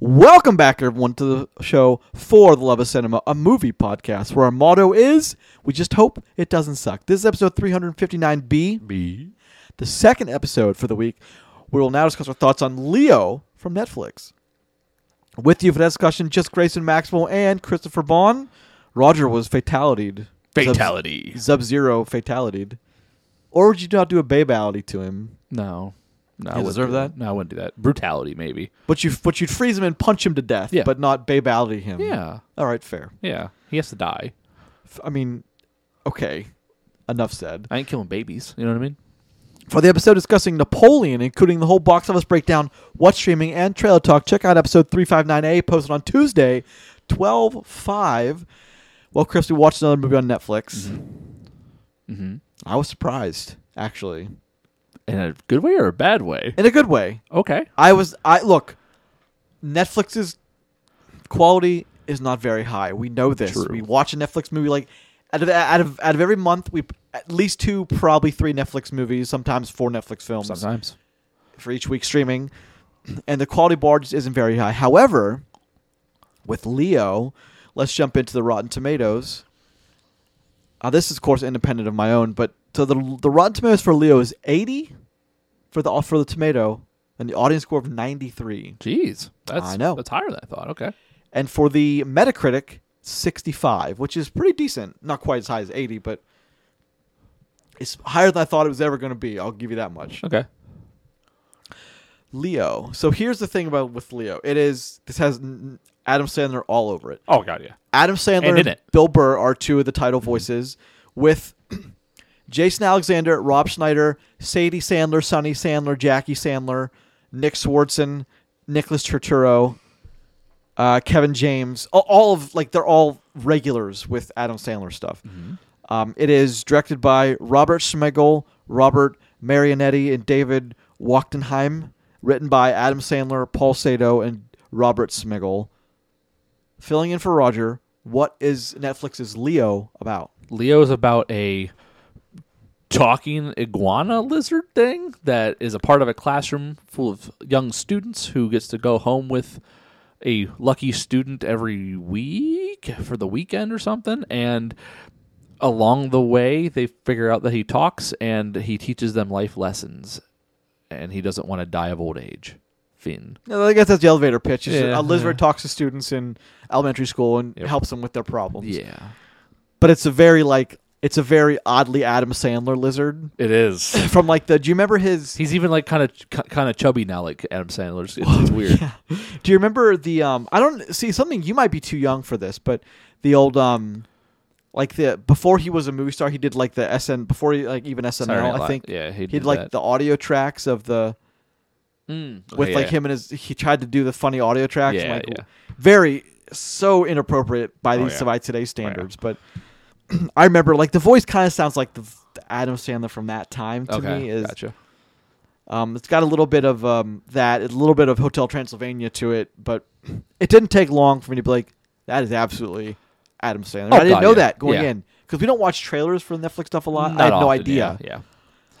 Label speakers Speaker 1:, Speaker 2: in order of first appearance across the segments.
Speaker 1: Welcome back, everyone, to the show For the Love of Cinema, a movie podcast where our motto is we just hope it doesn't suck. This is episode 359B,
Speaker 2: B.
Speaker 1: the second episode for the week. We will now discuss our thoughts on Leo from Netflix. With you for that discussion, just Grayson Maxwell and Christopher Bond. Roger was fatalitied.
Speaker 2: Fatality.
Speaker 1: Sub Zero fatalitied. Or would you not do a babality to him?
Speaker 2: No. No, I
Speaker 1: You
Speaker 2: wouldn't
Speaker 1: deserve
Speaker 2: do
Speaker 1: that?
Speaker 2: No, I wouldn't do that. Brutality, maybe.
Speaker 1: But you but you'd freeze him and punch him to death,
Speaker 2: Yeah.
Speaker 1: but not babality him.
Speaker 2: Yeah.
Speaker 1: All right, fair.
Speaker 2: Yeah. He has to die.
Speaker 1: F- I mean, okay. Enough said.
Speaker 2: I ain't killing babies. You know what I mean?
Speaker 1: For the episode discussing Napoleon, including the whole box office breakdown, what's streaming, and trailer talk, check out episode 359A posted on Tuesday, 12 5. Well, Chris, we watched another movie on Netflix.
Speaker 2: Mm-hmm.
Speaker 1: I was surprised, actually,
Speaker 2: In a good way or a bad way?
Speaker 1: in a good way.
Speaker 2: Okay.
Speaker 1: I was, I look, Netflix's quality is not very high. We know this.
Speaker 2: True.
Speaker 1: We watch a Netflix movie like out of out of out of every month, we at least two, probably three Netflix movies, sometimes four Netflix films.
Speaker 2: Sometimes.
Speaker 1: for each week streaming, and the quality bar just isn't very high. However, with Leo, let's jump into the Rotten Tomatoes. Uh, this is, of course, independent of my own, but so the the Rotten Tomatoes for Leo is eighty for the for the tomato, and the audience score of ninety three,
Speaker 2: Jeez. That's,
Speaker 1: I know.
Speaker 2: That's higher than I thought. Okay.
Speaker 1: and for the Metacritic sixty five, which is pretty decent. Not quite as high as eighty, but it's higher than I thought it was ever going to be. I'll give you that much.
Speaker 2: Okay.
Speaker 1: Leo. So here's the thing about with Leo. It is this has n- Adam Sandler all over it.
Speaker 2: Oh, God, yeah.
Speaker 1: Adam Sandler
Speaker 2: And
Speaker 1: and,
Speaker 2: in it.
Speaker 1: Bill Burr are two of the title voices with Jason Alexander, Rob Schneider, Sadie Sandler, Sonny Sandler, Jackie Sandler, Nick Swartzen, Nicholas Turturro, uh, Kevin James. All, all of like they're all regulars with Adam Sandler stuff.
Speaker 2: Mm-hmm.
Speaker 1: Um, it is directed by Robert Schmegel, Robert Marionetti, and David Wachtenheim. Written by Adam Sandler, Paul Sato, and Robert Smigel. Filling in for Roger, what is Netflix's Leo about?
Speaker 2: Leo is about a talking iguana lizard thing that is a part of a classroom full of young students who gets to go home with a lucky student every week for the weekend or something and along the way they figure out that he talks and he teaches them life lessons and he doesn't want to die of old age finn
Speaker 1: No, I guess that's the elevator pitch. It's
Speaker 2: Yeah.
Speaker 1: a lizard talks to students in elementary school and
Speaker 2: Yep.
Speaker 1: helps them with their problems.
Speaker 2: yeah
Speaker 1: But it's a very like it's a very oddly Adam Sandler lizard
Speaker 2: it is
Speaker 1: from like the. Do you remember his?
Speaker 2: he's even like kind of kind of chubby now like adam sandler's it's, it's weird
Speaker 1: Do you remember the? Um, I don't see something. You might be too young for this, but the old um, like the before he was a movie star, he did like the SN before he like even SNL.
Speaker 2: Saturday Night
Speaker 1: I
Speaker 2: Live.
Speaker 1: think
Speaker 2: yeah he
Speaker 1: he
Speaker 2: did,
Speaker 1: did like
Speaker 2: that.
Speaker 1: the audio tracks of the
Speaker 2: Mm.
Speaker 1: with
Speaker 2: Okay,
Speaker 1: like
Speaker 2: yeah.
Speaker 1: him and his he tried to do the funny audio tracks
Speaker 2: Yeah,
Speaker 1: like
Speaker 2: yeah.
Speaker 1: very so inappropriate by these
Speaker 2: Oh, yeah.
Speaker 1: by today's standards but i remember like the voice kind of sounds like the, the adam sandler from that time to
Speaker 2: okay,
Speaker 1: me is
Speaker 2: gotcha.
Speaker 1: um, it's got a little bit of um, that a little bit of hotel transylvania to it but it didn't take long for me to be like that is absolutely adam sandler
Speaker 2: Oh,
Speaker 1: i didn't
Speaker 2: God,
Speaker 1: know
Speaker 2: yeah.
Speaker 1: that going
Speaker 2: Yeah.
Speaker 1: in because we don't watch trailers for netflix stuff a lot
Speaker 2: Not
Speaker 1: i had no
Speaker 2: often,
Speaker 1: idea
Speaker 2: Yeah, yeah.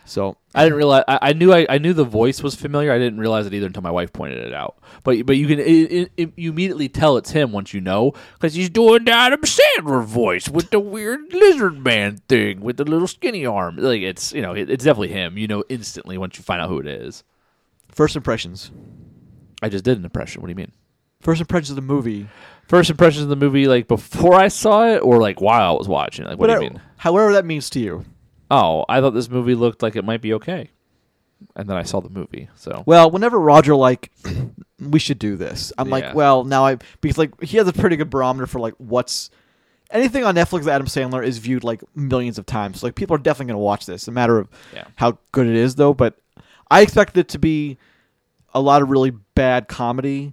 Speaker 1: so
Speaker 2: I didn't realize. I, I knew. I, I knew the voice was familiar. I didn't realize it either until my wife pointed it out. But but you can it, it, it- you immediately tell it's him once you know because he's doing the Adam Sandler voice with the weird lizard man thing with the little skinny arm. Like it's you know it, it's definitely him. You know instantly once you find out who it is.
Speaker 1: first impressions
Speaker 2: I just did an impression. What do you mean?
Speaker 1: first impressions of the movie
Speaker 2: First impressions of the movie like before I saw it or like while I was watching. it? Like what do you mean?
Speaker 1: however that means to you
Speaker 2: oh, I thought this movie looked like it might be okay. And then I saw the movie. So
Speaker 1: Well, whenever Roger like we should do this, I'm
Speaker 2: Yeah.
Speaker 1: like, well, now I because like he has a pretty good barometer for like what's anything on Netflix that Adam Sandler is viewed like millions of times. So, like people are definitely gonna watch this. A matter of
Speaker 2: Yeah.
Speaker 1: how good it is though, but I expected it to be a lot of really bad comedy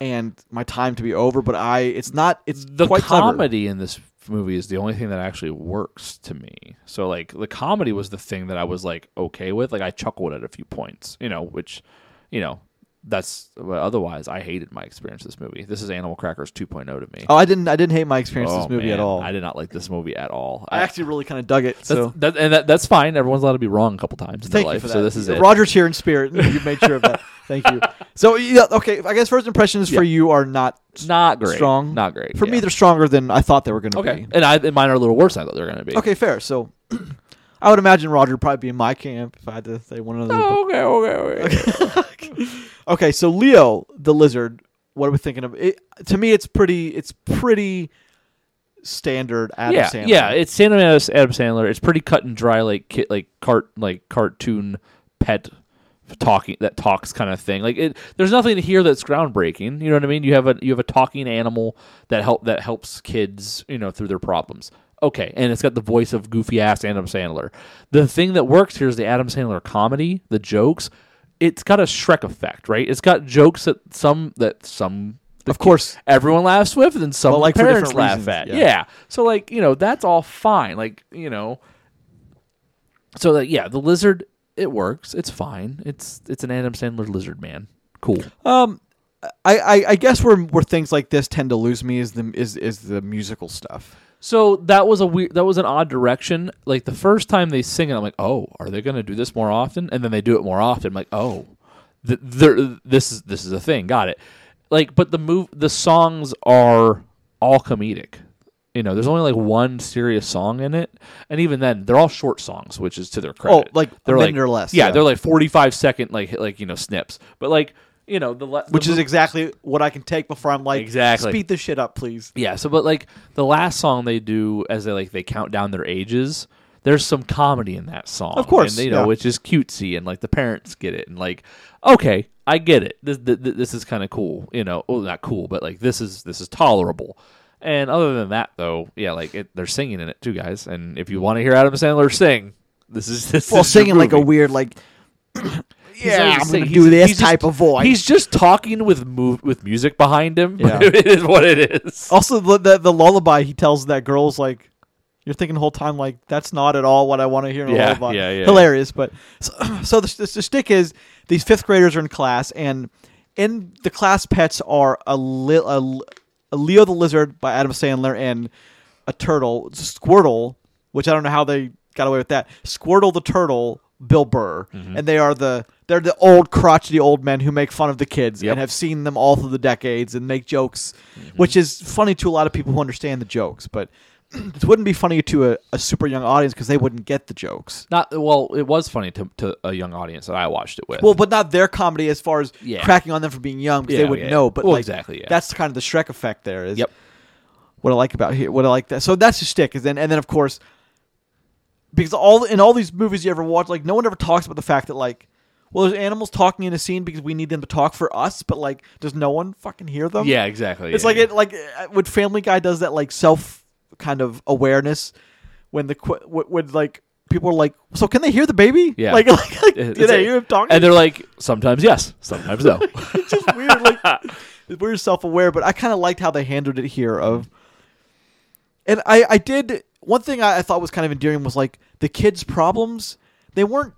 Speaker 1: and my time to be over, but I it's not it's
Speaker 2: the
Speaker 1: quite clever.
Speaker 2: comedy in this movie is the only thing that actually works to me. So like the comedy was the thing that I was like okay with. Like I chuckled at a few points, you know, which you know, that's well, otherwise I hated my experience with this movie. This is Animal Crackers 2.0 to me. Oh,
Speaker 1: Oh, I didn't. I didn't hate my experience with this movie at
Speaker 2: man,
Speaker 1: all.
Speaker 2: I
Speaker 1: I,
Speaker 2: did not like this movie at all.
Speaker 1: actually really kind of dug it.
Speaker 2: that's,
Speaker 1: So
Speaker 2: that, and that, that's fine. Everyone's allowed to be wrong a couple times in
Speaker 1: thank
Speaker 2: their
Speaker 1: you
Speaker 2: life.
Speaker 1: for that.
Speaker 2: So this is it.
Speaker 1: Roger's here in spirit. and You made sure of that. Thank you. So yeah, okay. I guess first impressions for you are not
Speaker 2: not great.
Speaker 1: strong.
Speaker 2: Not great.
Speaker 1: for me.
Speaker 2: yeah.
Speaker 1: They're stronger than I thought they were going to
Speaker 2: okay.
Speaker 1: be.
Speaker 2: And I and mine are a little worse than I thought they were going to be.
Speaker 1: Okay, fair. So I would imagine Roger would probably be in my camp if I had to say one another.
Speaker 2: Oh, okay. Okay. Okay.
Speaker 1: Okay, so Leo the lizard. What are we thinking of? It, to me, it's pretty. It's pretty standard Adam
Speaker 2: yeah,
Speaker 1: Sandler.
Speaker 2: yeah, it's Sandler as Adam Sandler. It's pretty cut and dry, like ki- like cart like cartoon pet talking that talks kind of thing. Like it, there's nothing here that's groundbreaking. You know what I mean? You have a you have a talking animal that help that helps kids, you know, through their problems. Okay, and it's got the voice of goofy ass Adam Sandler. The thing that works here is the Adam Sandler comedy, the jokes. It's got a Shrek effect, right? It's got jokes that some that some
Speaker 1: of course.
Speaker 2: everyone laughs with and some
Speaker 1: But, like, for
Speaker 2: parents
Speaker 1: different
Speaker 2: laugh
Speaker 1: reasons,
Speaker 2: at.
Speaker 1: yeah.
Speaker 2: Yeah. So like, you know, that's all fine. Like, you know. So like yeah, the lizard it works. It's fine. It's it's an Adam Sandler lizard man. Cool.
Speaker 1: Um, I, I, I guess where where things like this tend to lose me is the is is the musical stuff.
Speaker 2: So that was a weird that was an odd direction. Like the first time they sing it, I'm like, "Oh, are they going to do this more often?" And then they do it more often. I'm like, "Oh, th- they're- this is this is a thing. Got it." Like but the move the songs are all comedic. You know, there's only like one serious song in it, and even then, they're all short songs, which is to their credit.
Speaker 1: Oh, like a
Speaker 2: they're
Speaker 1: minute or less,
Speaker 2: Yeah,
Speaker 1: yeah.
Speaker 2: they're like 45 second, like like you know snips. But like you know the le- the
Speaker 1: Which
Speaker 2: mo-
Speaker 1: is exactly what I can take before I'm like,
Speaker 2: Exactly.
Speaker 1: speed this shit up, please.
Speaker 2: Yeah, so but like the last song they do as they like they count down their ages, there's some comedy in that song.
Speaker 1: Of course,
Speaker 2: and, you know,
Speaker 1: yeah.
Speaker 2: which is cutesy and like the parents get it and like okay, I get it. This th- th- this is kind of cool, you know. Well, not cool, but like this is this is tolerable. And other than that though, yeah, like it, they're singing in it too, guys. And if you want to hear Adam Sandler sing, this is this
Speaker 1: Well,
Speaker 2: is your
Speaker 1: singing like a
Speaker 2: movie.
Speaker 1: weird like,
Speaker 2: He's
Speaker 1: yeah,
Speaker 2: always
Speaker 1: I'm
Speaker 2: singing.
Speaker 1: gonna do
Speaker 2: He's-
Speaker 1: this
Speaker 2: he's just-
Speaker 1: type of voice.
Speaker 2: He's just talking with move with music behind him.
Speaker 1: Yeah.
Speaker 2: it is what it is.
Speaker 1: also the, the the lullaby he tells that girl's like. You're thinking the whole time like that's not at all what I want to hear in a
Speaker 2: Yeah,
Speaker 1: lullaby.
Speaker 2: yeah, yeah.
Speaker 1: Hilarious, but so, so the, the, the stick is these fifth graders are in class and in the class pets are a, li- a, l- a Leo the lizard by Adam Sandler and a turtle Squirtle, which I don't know how they got away with that. Squirtle the turtle, Bill Burr,
Speaker 2: Mm-hmm.
Speaker 1: and they are the they're the old crotchety old men who make fun of the kids
Speaker 2: Yep. Mm-hmm.
Speaker 1: and have seen them all through the decades and make jokes, which is funny to a lot of people who understand the jokes, but it wouldn't be funny to a, a super young audience because they wouldn't get the jokes.
Speaker 2: Not well. It was funny to, to a young audience that I watched it with.
Speaker 1: Well, but not their comedy as far as
Speaker 2: Yeah.
Speaker 1: cracking on them for being young because
Speaker 2: Yeah,
Speaker 1: they wouldn't
Speaker 2: yeah.
Speaker 1: know. But
Speaker 2: Well,
Speaker 1: like,
Speaker 2: exactly, yeah.
Speaker 1: That's kind of the Shrek effect. There is
Speaker 2: Yep.
Speaker 1: what I like about here. What I like that. So that's the shtick. Is then and then of course because all in all these movies you ever watch, like no one ever talks about the fact that like. Well, there's animals talking in a scene because we need them to talk for us, but like, does no one fucking hear them?
Speaker 2: yeah, exactly.
Speaker 1: um, It's
Speaker 2: yeah,
Speaker 1: like
Speaker 2: yeah.
Speaker 1: it like uh, when Family Guy does that like self kind of awareness when the qu- when, when like people are like, so can they hear the baby?
Speaker 2: Yeah.
Speaker 1: like like, like do
Speaker 2: It's
Speaker 1: they
Speaker 2: it.
Speaker 1: hear him talking?
Speaker 2: and they're like, sometimes yes, sometimes no.
Speaker 1: it's just weird. Like we're self aware, but I kind of liked how they handled it here. Of and I I did one thing I, I thought was kind of endearing was like the kids' problems. They weren't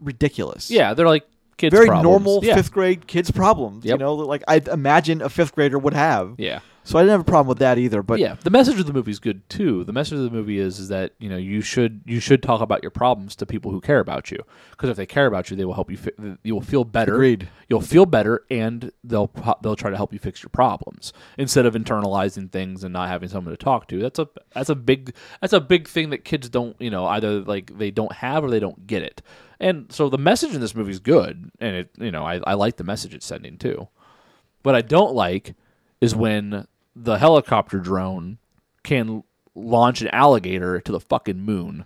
Speaker 1: ridiculous.
Speaker 2: yeah, they're like kids.
Speaker 1: Very
Speaker 2: problems.
Speaker 1: normal
Speaker 2: yeah.
Speaker 1: fifth grade kids' problems, you
Speaker 2: Yep.
Speaker 1: know, that, like I imagine a fifth grader would have.
Speaker 2: Yeah,
Speaker 1: So I didn't have a problem with that either. But
Speaker 2: yeah. The message of the movie is good too. The message of the movie is is that you know you should you should talk about your problems to people who care about you because if they care about you, they will help you. Fi- you will feel better.
Speaker 1: Agreed.
Speaker 2: You'll feel better, and they'll pro- they'll try to help you fix your problems instead of internalizing things and not having someone to talk to. That's a that's a big that's a big thing that kids don't you know either like they don't have or they don't get it. And so the message in this movie is good, and it you know I, I like the message it's sending too. What I don't like is when the helicopter drone can launch an alligator to the fucking moon.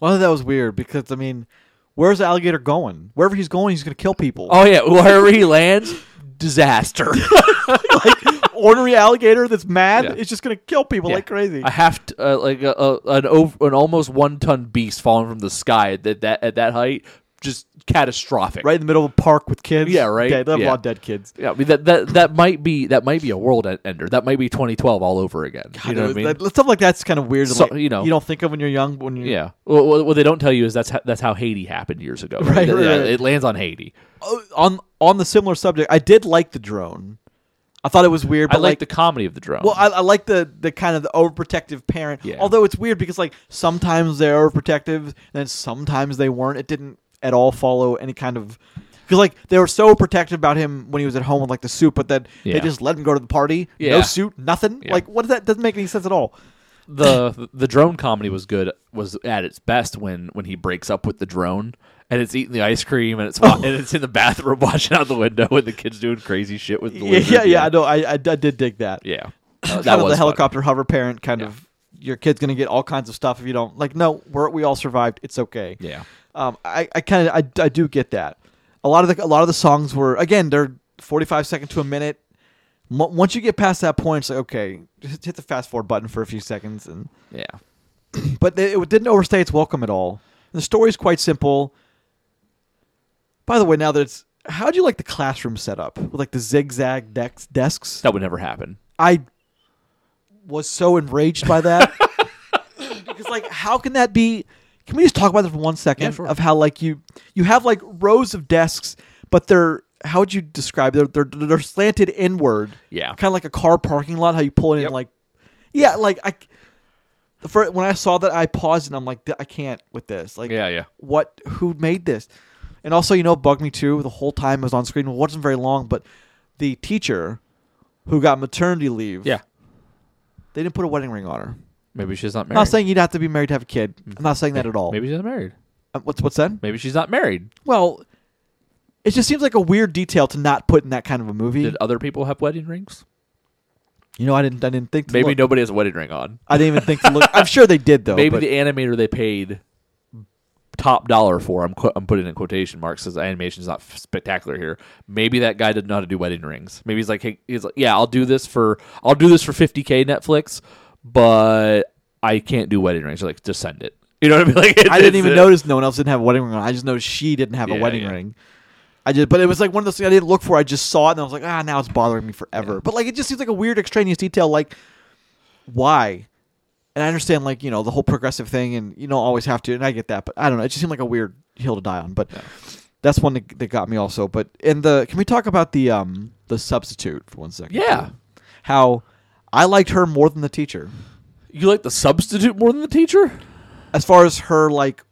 Speaker 1: Well, that was weird because I mean, where's the alligator going? Wherever he's going, he's gonna kill people.
Speaker 2: Oh yeah, wherever he lands, disaster.
Speaker 1: Ordinary alligator that's mad
Speaker 2: Oh. Yeah.
Speaker 1: is just gonna kill people
Speaker 2: Yeah.
Speaker 1: like crazy.
Speaker 2: I have to, uh, like a, a, an over, an almost one ton beast falling from the sky at that, that at that height just catastrophic.
Speaker 1: right in the middle of a park with kids.
Speaker 2: Yeah, right?
Speaker 1: Dead, they have a
Speaker 2: Yeah.
Speaker 1: lot of dead kids.
Speaker 2: Yeah, I mean, that that that might be that might be a world e-, ender. That might be 2012 all over again. you know what I mean?
Speaker 1: That- stuff like that's kind of weird.
Speaker 2: So-
Speaker 1: like,
Speaker 2: you know.
Speaker 1: you don't think of when you're young. but When you're,
Speaker 2: yeah. Well, what- what they don't tell you is that's how, that's how Haiti happened years ago.
Speaker 1: Right,
Speaker 2: Yeah,
Speaker 1: right, right.
Speaker 2: It lands on Haiti.
Speaker 1: Oh, on on the similar subject, I did like the drone. I thought it was weird,
Speaker 2: I
Speaker 1: but
Speaker 2: like,
Speaker 1: like
Speaker 2: the comedy of the drone.
Speaker 1: Well, I, I like the the kind of the overprotective parent.
Speaker 2: Yeah.
Speaker 1: Although it's weird because like sometimes they're overprotective, and then sometimes they weren't. It didn't at all follow any kind of because like they were so protective about him when he was at home with like the suit, but then
Speaker 2: Yeah.
Speaker 1: they just let him go to the party.
Speaker 2: Yeah.
Speaker 1: No suit, nothing.
Speaker 2: Yeah.
Speaker 1: Like what does that doesn't make any sense at all.
Speaker 2: the the drone comedy was good was at its best when when he breaks up with the drone and it's eating the ice cream and it's wa- and it's in the bathroom watching out the window and the kids doing crazy shit with the
Speaker 1: Yeah,
Speaker 2: lizard.
Speaker 1: yeah, yeah. I know. I, I, I did dig that.
Speaker 2: yeah.
Speaker 1: kind of
Speaker 2: was
Speaker 1: the
Speaker 2: fun.
Speaker 1: helicopter hover parent kind
Speaker 2: Yeah.
Speaker 1: of your kid's gonna get all kinds of stuff if you don't like no we're, we all survived it's okay
Speaker 2: Yeah.
Speaker 1: um i, I kind of I, I do get that a lot of the a lot of the songs were again they're 45 second to a minute Mo- once you get past that point it's like okay just hit the fast forward button for a few seconds and
Speaker 2: Yeah.
Speaker 1: but it, it didn't overstay its welcome at all the story's quite simple by the way now that it's how'd you like the classroom setup with like the zigzag decks desks
Speaker 2: That would never happen.
Speaker 1: I was so enraged by that because like how can that be can we just talk about that for one second
Speaker 2: Yeah, sure.
Speaker 1: of how like you you have like rows of desks but they're how would you describe they're they're, they're slanted inward
Speaker 2: Yeah.
Speaker 1: kind of like a car parking lot how you pull in
Speaker 2: Yep.
Speaker 1: and like yeah like I for when I saw that I paused and I'm like I can't with this like
Speaker 2: Yeah, yeah.
Speaker 1: what who made this and also you know what bugged me too the whole time it was on screen it wasn't very long but the teacher who got maternity leave
Speaker 2: Yeah.
Speaker 1: they didn't put a wedding ring on her
Speaker 2: Maybe she's not
Speaker 1: i'm
Speaker 2: married.
Speaker 1: not saying you'd have to be married to have a kid i'm not saying that at all
Speaker 2: Mm-hmm. Maybe she's not married.
Speaker 1: Uh, what's what's that
Speaker 2: Maybe she's not married.
Speaker 1: well it just seems like a weird detail to not put in that kind of a movie
Speaker 2: Did uh, other people have wedding rings?
Speaker 1: you know i didn't i didn't think to
Speaker 2: Maybe
Speaker 1: look.
Speaker 2: nobody has a wedding ring on.
Speaker 1: i didn't even think to look i'm sure they did though
Speaker 2: Maybe
Speaker 1: Oh, but-
Speaker 2: the animator they paid top dollar for. I'm qu- I'm putting in quotation marks because animation's not f- spectacular here. Maybe that guy didn't know how to do wedding rings. Maybe he's like, hey, he's like, yeah, I'll do this for I'll do this for 50k Netflix, but I can't do wedding rings. They're like, just send it. You know what I mean? Like,
Speaker 1: I didn't
Speaker 2: it's
Speaker 1: even
Speaker 2: a-
Speaker 1: notice no one else didn't have a wedding ring on. I just noticed she didn't have
Speaker 2: Yeah,
Speaker 1: a wedding
Speaker 2: yeah.
Speaker 1: ring. I just, but it was like one of those things I didn't look for. I just saw it and I was like, ah, now it's bothering me forever. But like, it just seems like a weird extraneous detail. Like, why? And I understand, like you know, the whole progressive thing, and you don't always have to, and I get that. But I don't know. It just seemed like a weird hill to die on. But that's one that, that got me also. But in the, can we talk about the um the substitute for one second?
Speaker 2: Yeah.
Speaker 1: too? How I liked her more than the teacher.
Speaker 2: You like the substitute more than the teacher?
Speaker 1: As far as her like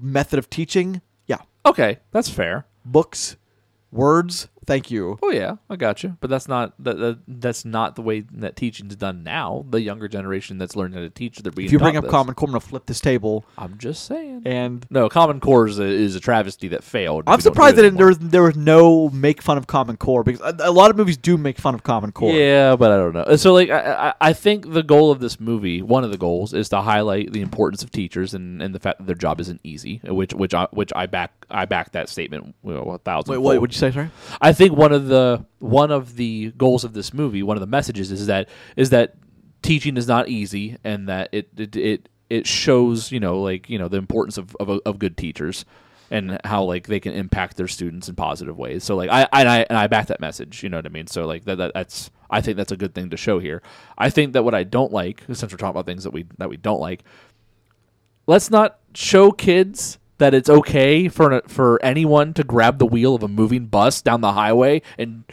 Speaker 1: method of teaching, yeah.
Speaker 2: Okay, that's fair.
Speaker 1: books, words. Thank you.
Speaker 2: Oh yeah, I got you. But that's not that, that that's not the way that teaching's done now. The younger generation that's learning how to teach, they're being
Speaker 1: If you bring
Speaker 2: taught
Speaker 1: up
Speaker 2: this.
Speaker 1: Common Core, I'm gonna flip this table.
Speaker 2: I'm just saying.
Speaker 1: And
Speaker 2: No, Common Core is a, is a travesty that failed.
Speaker 1: I'm
Speaker 2: We don't do
Speaker 1: surprised
Speaker 2: it
Speaker 1: that it- there
Speaker 2: anymore.
Speaker 1: was there was no make fun of Common Core because a, a lot of movies do make fun of Common Core.
Speaker 2: Yeah, but I don't know. So like, I, I I think the goal of this movie, one of the goals, is to highlight the importance of teachers and, and the fact that their job isn't easy. Which which I which I back I back that statement you know, a thousand.
Speaker 1: Wait, what would you say, sorry?
Speaker 2: I think one of the one of the goals of this movie, one of the messages is that is that teaching is not easy, and that it it it, it shows you know like you know the importance of, of of good teachers and how like they can impact their students in positive ways. So like I and I and I back that message. You know what I mean? So like that, that that's I think that's a good thing to show here. I think that what I don't like, since we're talking about things that we that we don't like, let's not show kids that it's okay for for anyone to grab the wheel of a moving bus down the highway and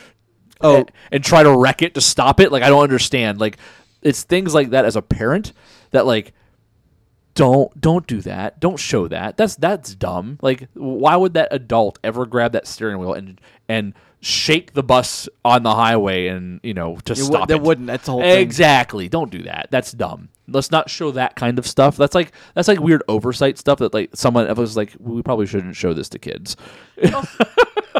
Speaker 1: Oh.
Speaker 2: and, and try to wreck it to stop it. Like I don't understand. Like it's things like that as a parent that like don't don't do that. Don't show that. That's that's dumb. Like why would that adult ever grab that steering wheel and and shake the bus on the highway and you know to
Speaker 1: It wou-
Speaker 2: stop
Speaker 1: they
Speaker 2: it?
Speaker 1: wouldn't. That's the whole thing.
Speaker 2: Exactly. Don't do that. That's dumb. Let's not show that kind of stuff. That's like that's like weird oversight stuff that like someone was like we probably shouldn't show this to kids.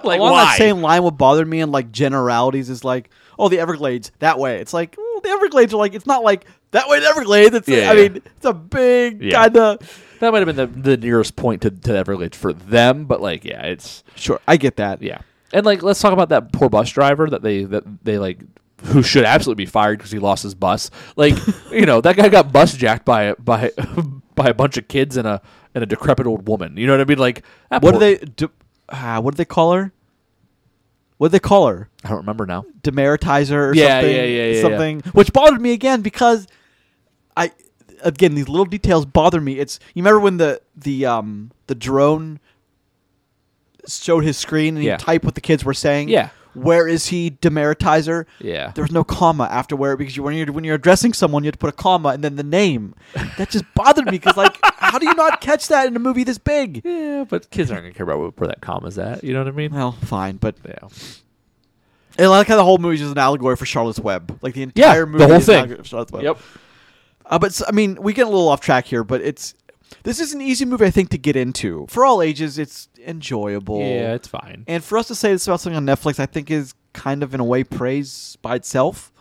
Speaker 2: like
Speaker 1: Along
Speaker 2: why?
Speaker 1: that same line, what bothered me in like generalities is like, oh, the Everglades that way. It's like oh, the Everglades are like it's not like that way. The Everglades. It's
Speaker 2: Yeah,
Speaker 1: I
Speaker 2: yeah.
Speaker 1: mean it's a big
Speaker 2: Yeah.
Speaker 1: kind of.
Speaker 2: that might have been the, the nearest point to, to Everglades for them, but like yeah, it's
Speaker 1: Sure, I get that.
Speaker 2: yeah. And like let's talk about that poor bus driver that they that they like who should absolutely be fired because he lost his bus. Like you know that guy got bus jacked by by by a bunch of kids and a and a decrepit old woman. You know what I mean? Like that
Speaker 1: What do
Speaker 2: poor-
Speaker 1: they do? Uh, what do they call her? What do they call her?
Speaker 2: I don't remember now.
Speaker 1: Demeritizer or
Speaker 2: Yeah,
Speaker 1: something?
Speaker 2: yeah, yeah, yeah, yeah.
Speaker 1: something. Which bothered me again because I again these little details bother me. It's you remember when the the um the drone showed his screen and
Speaker 2: Yeah.
Speaker 1: he typed what the kids were saying.
Speaker 2: Yeah.
Speaker 1: Where is he demeritizer?
Speaker 2: Yeah.
Speaker 1: There was no comma after where because you when you're when you're addressing someone you have to put a comma and then the name. That just bothered me because like how do you not catch that in a movie this big?
Speaker 2: Yeah, but kids aren't gonna care about where- where that comma's at. You know what I mean?
Speaker 1: Well, fine, but
Speaker 2: Yeah.
Speaker 1: And I like how the whole movie is just an allegory for Charlotte's Web. Like the
Speaker 2: Yeah,
Speaker 1: entire
Speaker 2: the
Speaker 1: movie
Speaker 2: whole
Speaker 1: is an
Speaker 2: thing.
Speaker 1: allegory for Charlotte's Web.
Speaker 2: Yep.
Speaker 1: Uh, but s- I mean, we get a little off track here, but it's this is an easy movie I think to get into for all ages. It's enjoyable.
Speaker 2: Yeah, it's fine.
Speaker 1: and for us to say this about something on Netflix, I think is kind of in a way praise by itself.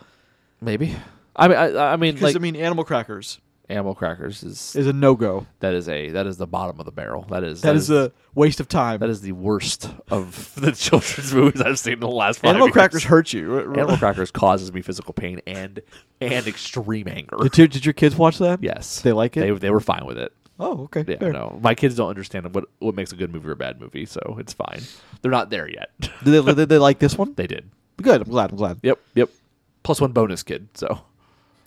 Speaker 2: Maybe. I mean, I, I mean,
Speaker 1: Because
Speaker 2: like
Speaker 1: I mean, Animal Crackers
Speaker 2: animal crackers is
Speaker 1: is a no go.
Speaker 2: that is a that is the bottom of the barrel. That is
Speaker 1: that is, a waste of time.
Speaker 2: that is the worst of the children's movies I've seen in the last five
Speaker 1: Animal
Speaker 2: years.
Speaker 1: Crackers hurt you.
Speaker 2: Animal crackers causes me physical pain and and extreme anger.
Speaker 1: did, you- did your kids watch that?
Speaker 2: Yes,
Speaker 1: They like it?
Speaker 2: They, they were fine with it.
Speaker 1: Oh, okay.
Speaker 2: Yeah,
Speaker 1: fair.
Speaker 2: no, my kids don't understand what what makes a good movie or a bad movie, so it's fine. They're not there yet.
Speaker 1: Did they, did they like this one?
Speaker 2: they did.
Speaker 1: Good. I'm glad. I'm glad.
Speaker 2: Yep, yep. Plus one bonus kid. So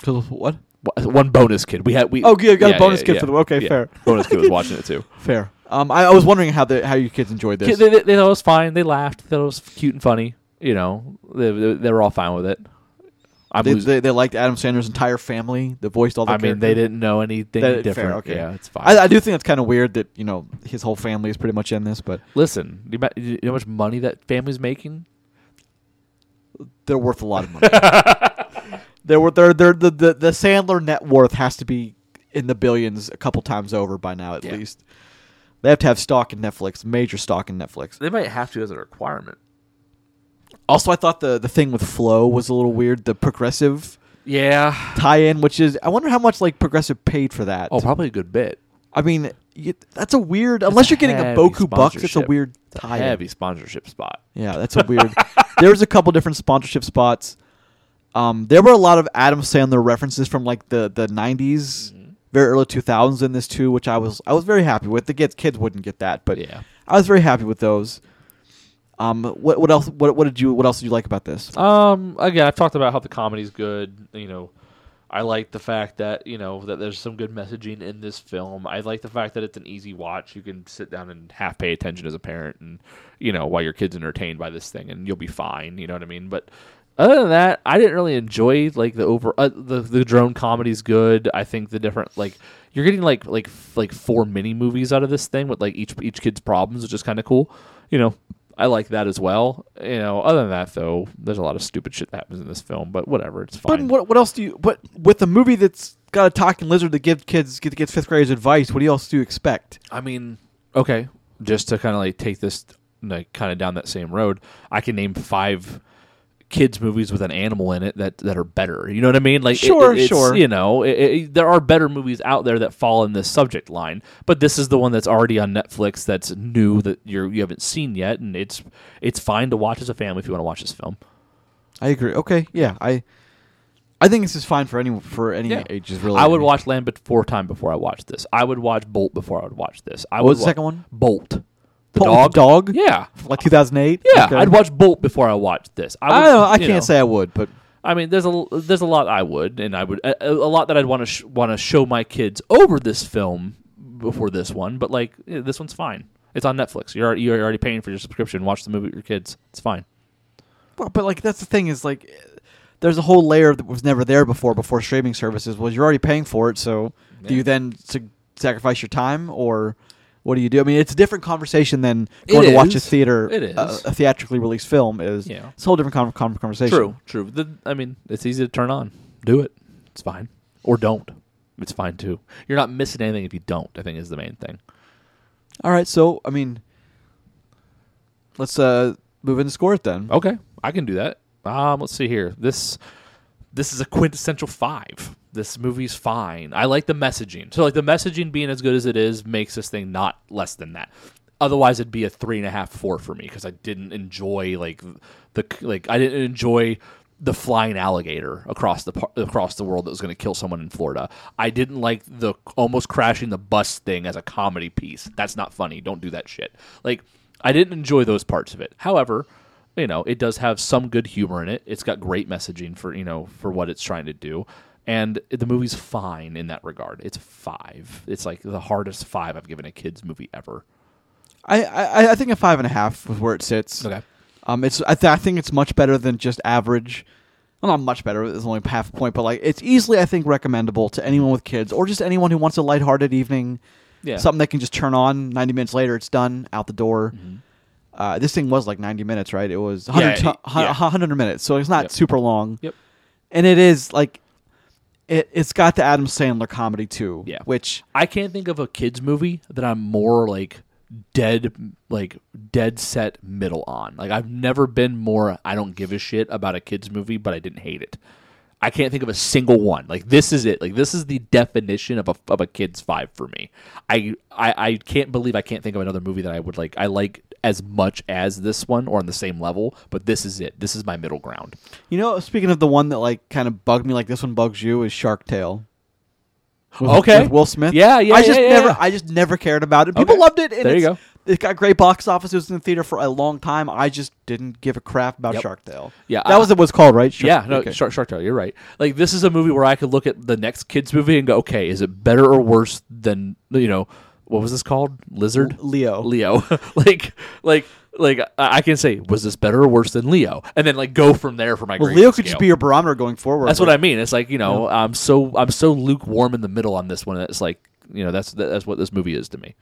Speaker 1: 'Cause what?
Speaker 2: Wha- one bonus kid. We had we.
Speaker 1: Oh, good, got a bonus kid for them. Okay,
Speaker 2: yeah.
Speaker 1: fair.
Speaker 2: Bonus kid was watching it too.
Speaker 1: Fair. Um, I, I was wondering how the how your kids enjoyed
Speaker 2: Ki-
Speaker 1: this.
Speaker 2: They, they, they thought it was fine. They laughed. They thought it was cute and funny. You know, they, they, they were all fine with it. I'm
Speaker 1: They,
Speaker 2: losing.
Speaker 1: they, they liked Adam Sandler's entire family that voiced all the
Speaker 2: I mean, they
Speaker 1: characters.
Speaker 2: didn't know anything
Speaker 1: That- fair,
Speaker 2: different.
Speaker 1: okay.
Speaker 2: Yeah, it's fine.
Speaker 1: I, I do think that's kind of weird that you know his whole family is pretty much in this, but
Speaker 2: Listen, you ma- you know how much money that family's making?
Speaker 1: they're worth a lot of money. they're worth they're, they're the, the the Sandler net worth has to be in the billions a couple times over by now at
Speaker 2: Yeah.
Speaker 1: least. They have to have stock in Netflix, major stock in Netflix.
Speaker 2: They might have to as a requirement.
Speaker 1: Also, I thought the the thing with Flow was a little weird. The progressive
Speaker 2: Yeah.
Speaker 1: tie-in, which is I wonder how much like progressive paid for that.
Speaker 2: Oh, probably a good bit.
Speaker 1: I mean, you, that's a weird. Unless
Speaker 2: a
Speaker 1: you're getting a
Speaker 2: heavy
Speaker 1: Boku Bucks, it's a
Speaker 2: sponsorship.
Speaker 1: weird
Speaker 2: It's a
Speaker 1: tie.
Speaker 2: heavy sponsorship spot.
Speaker 1: Yeah, that's a weird. there was a couple different sponsorship spots. Um, there were a lot of Adam Sandler references from like the the '90s, very early 2000s in this too, which I was I was very happy with. The kids kids wouldn't get that, but
Speaker 2: Yeah.
Speaker 1: I was very happy with those. Um, what what else? What what did you? What else did you like about this?
Speaker 2: Um, again, I've talked about how the comedy's good. You know, I like the fact that you know that there's some good messaging in this film. I like the fact that it's an easy watch. You can sit down and half pay attention as a parent, and you know, while your kid's entertained by this thing, and you'll be fine. You know what I mean? But other than that, I didn't really enjoy like the over uh, the the drone comedy's good. I think the different like you're getting like like f- like four mini movies out of this thing with like each each kid's problems, which is kind of cool. You know, I like that as well. You know, other than that though, there's a lot of stupid shit that happens in this film, but whatever, it's
Speaker 1: But
Speaker 2: fine.
Speaker 1: what what else do you? But with a movie that's got a talking lizard that gives kids that gives fifth graders advice, what else do you expect?
Speaker 2: I mean, okay, just to kind of like take this like kind of down that same road, I can name five kids movies with an animal in it that that are better. You know what I mean? Like it-
Speaker 1: Sure,
Speaker 2: it's-
Speaker 1: sure.
Speaker 2: You know, it, it- there are better movies out there that fall in this subject line, but this is the one that's already on Netflix that's new that you're you haven't seen yet and it's it's fine to watch as a family if you want to watch this film.
Speaker 1: I agree. Okay, yeah, I, I think this is fine for any for any
Speaker 2: Yeah.
Speaker 1: ages. Really,
Speaker 2: I would
Speaker 1: mean,
Speaker 2: watch Lambit four time before I watched this. I would watch Bolt before I would watch this. I
Speaker 1: What
Speaker 2: would
Speaker 1: was the
Speaker 2: wa-
Speaker 1: second one?
Speaker 2: Bolt. The
Speaker 1: Bolt
Speaker 2: dog.
Speaker 1: the dog?
Speaker 2: Yeah.
Speaker 1: like 2008.
Speaker 2: Yeah,
Speaker 1: Okay.
Speaker 2: I'd watch Bolt before I watched this. I,
Speaker 1: I,
Speaker 2: would,
Speaker 1: don't know, I
Speaker 2: you
Speaker 1: can't
Speaker 2: know.
Speaker 1: say I would, but
Speaker 2: I mean, there's a there's a lot I would, and I would a, a lot that I'd want to sh- want to show my kids over this film before this one. But like, eh, this one's fine. It's on Netflix. You're already, you're already paying for your subscription. Watch the movie with your kids. It's fine.
Speaker 1: well, but like that's the thing is like, there's a whole layer that was never there before before streaming services was. You're already paying for it, so do you then su- sacrifice your time or? What do you do? I mean, it's a different conversation than
Speaker 2: It
Speaker 1: going to watch a
Speaker 2: is.
Speaker 1: theater,
Speaker 2: It is.
Speaker 1: A, a theatrically released film is.
Speaker 2: Yeah.
Speaker 1: It's a whole different con- con- conversation.
Speaker 2: True, true. The, I mean, it's easy to turn on. Do it. It's fine. Or don't. It's fine too. You're not missing anything if you don't. I think is the main thing.
Speaker 1: All right, so I mean, let's uh move into score it then.
Speaker 2: Okay, I can do that. Um, let's see here. This this is a quintessential five. This movie's fine. I like the messaging. So like the messaging being as good as it is makes this thing not less than that. Otherwise, it'd be a three and a half, four for me because I didn't enjoy like the like I didn't enjoy the flying alligator across the par- across the world that was going to kill someone in Florida. I didn't like the almost crashing the bus thing as a comedy piece. That's not funny. Don't do that shit. Like I didn't enjoy those parts of it. However, you know, it does have some good humor in it. It's got great messaging for, you know, for what it's trying to do. And the movie's fine in that regard. It's 5. It's like the hardest 5 I've given a kids movie ever.
Speaker 1: I, I I think a five and a half was where it sits.
Speaker 2: Okay.
Speaker 1: Um, it's I, th- I think it's much better than just average. Well, not much better. It's only half a point, but like it's easily I think recommendable to anyone with kids or just anyone who wants a lighthearted evening.
Speaker 2: Yeah.
Speaker 1: Something they can just turn on. Ninety minutes later, it's done. Out the door.
Speaker 2: Mhm.
Speaker 1: Uh, this thing was like ninety minutes, right? It was 100,
Speaker 2: Yeah,
Speaker 1: hu- hu-
Speaker 2: yeah.
Speaker 1: 100 minutes, so it's not
Speaker 2: Yep.
Speaker 1: super long.
Speaker 2: Yep.
Speaker 1: And it is like it. It's got the Adam Sandler comedy too.
Speaker 2: Yeah.
Speaker 1: Which
Speaker 2: I can't think of a kids movie that I'm more like dead like dead set middle on. Like I've never been more I don't give a shit about a kids movie, but I didn't hate it. I can't think of a single one. Like this is it. Like this is the definition of a of a kids vibe for me. I I, I can't believe I can't think of another movie that I would like. I like as much as this one or on the same level, but this is it. This is my middle ground.
Speaker 1: you know, speaking of the one that like kind of bugged me, like this one bugs you, is Shark Tale. With-
Speaker 2: Okay.
Speaker 1: with Will Smith.
Speaker 2: Yeah, yeah,
Speaker 1: I just
Speaker 2: yeah, yeah,
Speaker 1: never,
Speaker 2: yeah.
Speaker 1: I just never cared about it. People
Speaker 2: Okay.
Speaker 1: loved it. And
Speaker 2: There you
Speaker 1: it's- It got great box office. It was in the theater for a long time. I just didn't give a crap about
Speaker 2: Yep.
Speaker 1: Shark Tale.
Speaker 2: Yeah,
Speaker 1: that
Speaker 2: I-
Speaker 1: was it. Was called right? Shark-
Speaker 2: yeah, no,
Speaker 1: okay.
Speaker 2: Shark, Shark Tale. You're right. Like this is a movie where I could look at the next kids movie and go, okay, is it better or worse than you know what was this called? Lizard,
Speaker 1: Leo.
Speaker 2: Leo. like, like, like I I can say, was this better or worse than Leo? And then like go from there for my.
Speaker 1: Well,
Speaker 2: grading
Speaker 1: Leo could just
Speaker 2: scale.
Speaker 1: be your barometer going forward.
Speaker 2: That's what I mean. It's like you know, I'm so I'm so lukewarm in the middle on this one. that It's like you know, that's that's what this movie is to me.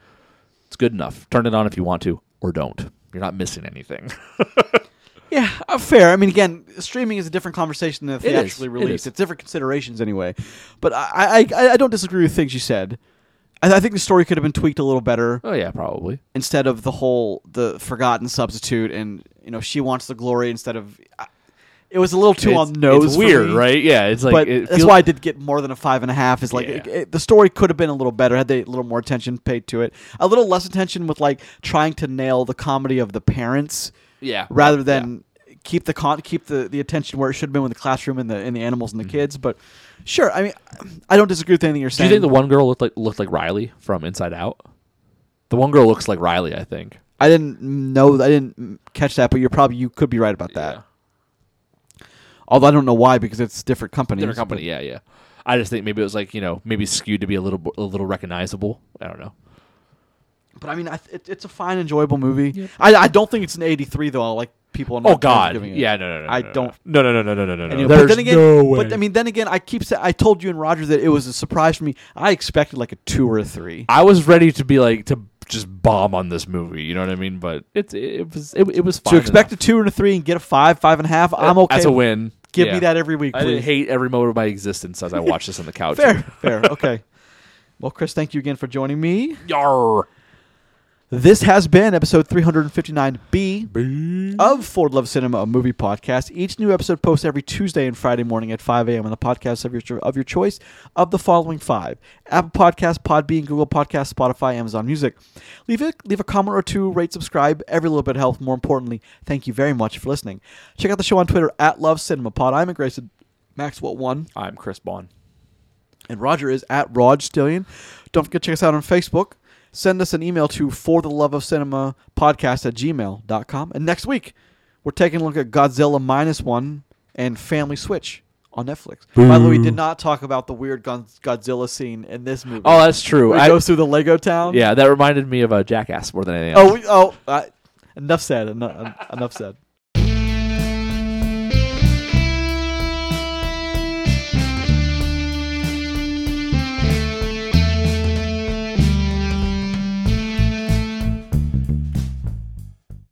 Speaker 2: It's good enough. Turn it on if you want to, or don't. You're not missing anything.
Speaker 1: Yeah, uh, fair. I mean, again, streaming is a different conversation than
Speaker 2: is.
Speaker 1: theatrically
Speaker 2: It
Speaker 1: released.
Speaker 2: is.
Speaker 1: It's different considerations anyway. But I, I, I, I don't disagree with things you said. I, I think the story could have been tweaked a little better
Speaker 2: oh yeah, probably.
Speaker 1: instead of the whole the forgotten substitute and you know she wants the glory instead of. I it was a little too on the nose.
Speaker 2: It's
Speaker 1: for
Speaker 2: weird,
Speaker 1: me,
Speaker 2: right? Yeah, it's like
Speaker 1: but
Speaker 2: it
Speaker 1: that's
Speaker 2: feels-
Speaker 1: why I did get more than a five and a half. Is like
Speaker 2: Yeah.
Speaker 1: it, it- the story could have been a little better had they a little more attention paid to it. A little less attention with like trying to nail the comedy of the parents
Speaker 2: yeah,
Speaker 1: rather
Speaker 2: yeah.
Speaker 1: than keep the con- keep the, the attention where it should have been with the classroom and the and the animals and the kids. But sure, I mean, I don't disagree with anything you're
Speaker 2: Mm-hmm.
Speaker 1: saying.
Speaker 2: Do you think the one girl looked like looked like Riley from Inside Out? The one girl looks like Riley, I think.
Speaker 1: I didn't know I didn't catch that, but you're probably you could be right about that. Although I don't know why because it's different companies.
Speaker 2: Different company. Yeah, yeah. I just think maybe it was like you know maybe skewed to be a little bo- a little recognizable. I don't know.
Speaker 1: But, but I mean, I, th- it, it's a fine, enjoyable movie. I, I don't think it's an '83 though. Like people. Are not
Speaker 2: Oh God.
Speaker 1: giving it.
Speaker 2: Yeah. No. No. No.
Speaker 1: I
Speaker 2: no, no,
Speaker 1: don't-
Speaker 2: No. No. No. No. No. No. No. no.
Speaker 1: Anyway, but
Speaker 2: There's
Speaker 1: then again,
Speaker 2: no way.
Speaker 1: but I mean, then again, I keep saying I told you and Roger that it was a surprise for me. I expected like a two or a three.
Speaker 2: I was ready to be like to just bomb on this movie. You know what I mean? But it's it was it, it was fine.
Speaker 1: to expect
Speaker 2: enough.
Speaker 1: a two and a three and get a five, five and a half, I'm okay.
Speaker 2: That's a win.
Speaker 1: Give
Speaker 2: Yeah.
Speaker 1: me that every week,
Speaker 2: I didn't
Speaker 1: please.
Speaker 2: hate every moment of my existence as I watched this on the couch.
Speaker 1: fair, fair. Okay. Well, Chris, thank you again for joining me.
Speaker 2: Yar.
Speaker 1: This has been episode 359B of Ford Love Cinema, a movie podcast. Each new episode posts every Tuesday and Friday morning at 5 a.m. on the podcast of your of your choice of the following five: Apple Podcasts, Podbean, Google Podcasts, Spotify, Amazon Music. Leave a leave a comment or two, rate, subscribe. Every little bit helps. More importantly, thank you very much for listening. Check out the show on Twitter at Love Cinema Pod. I'm at Grayson Maxwell One.
Speaker 2: I'm Chris Bond.
Speaker 1: And Roger is at Rod Stillion. Don't forget to check us out on Facebook. Send us an email to for the love of cinema podcast at gmail.com. And next week, we're taking a look at Godzilla Minus One and Family Switch on Netflix. By the way, we did not talk about the weird Gon- Godzilla scene in this movie.
Speaker 2: Oh, that's true.
Speaker 1: Where he
Speaker 2: I,
Speaker 1: goes through the Lego town.
Speaker 2: uh, Yeah, that reminded me of a jackass more than anything. else.
Speaker 1: Oh, we, oh, uh, enough said. Enough, enough said.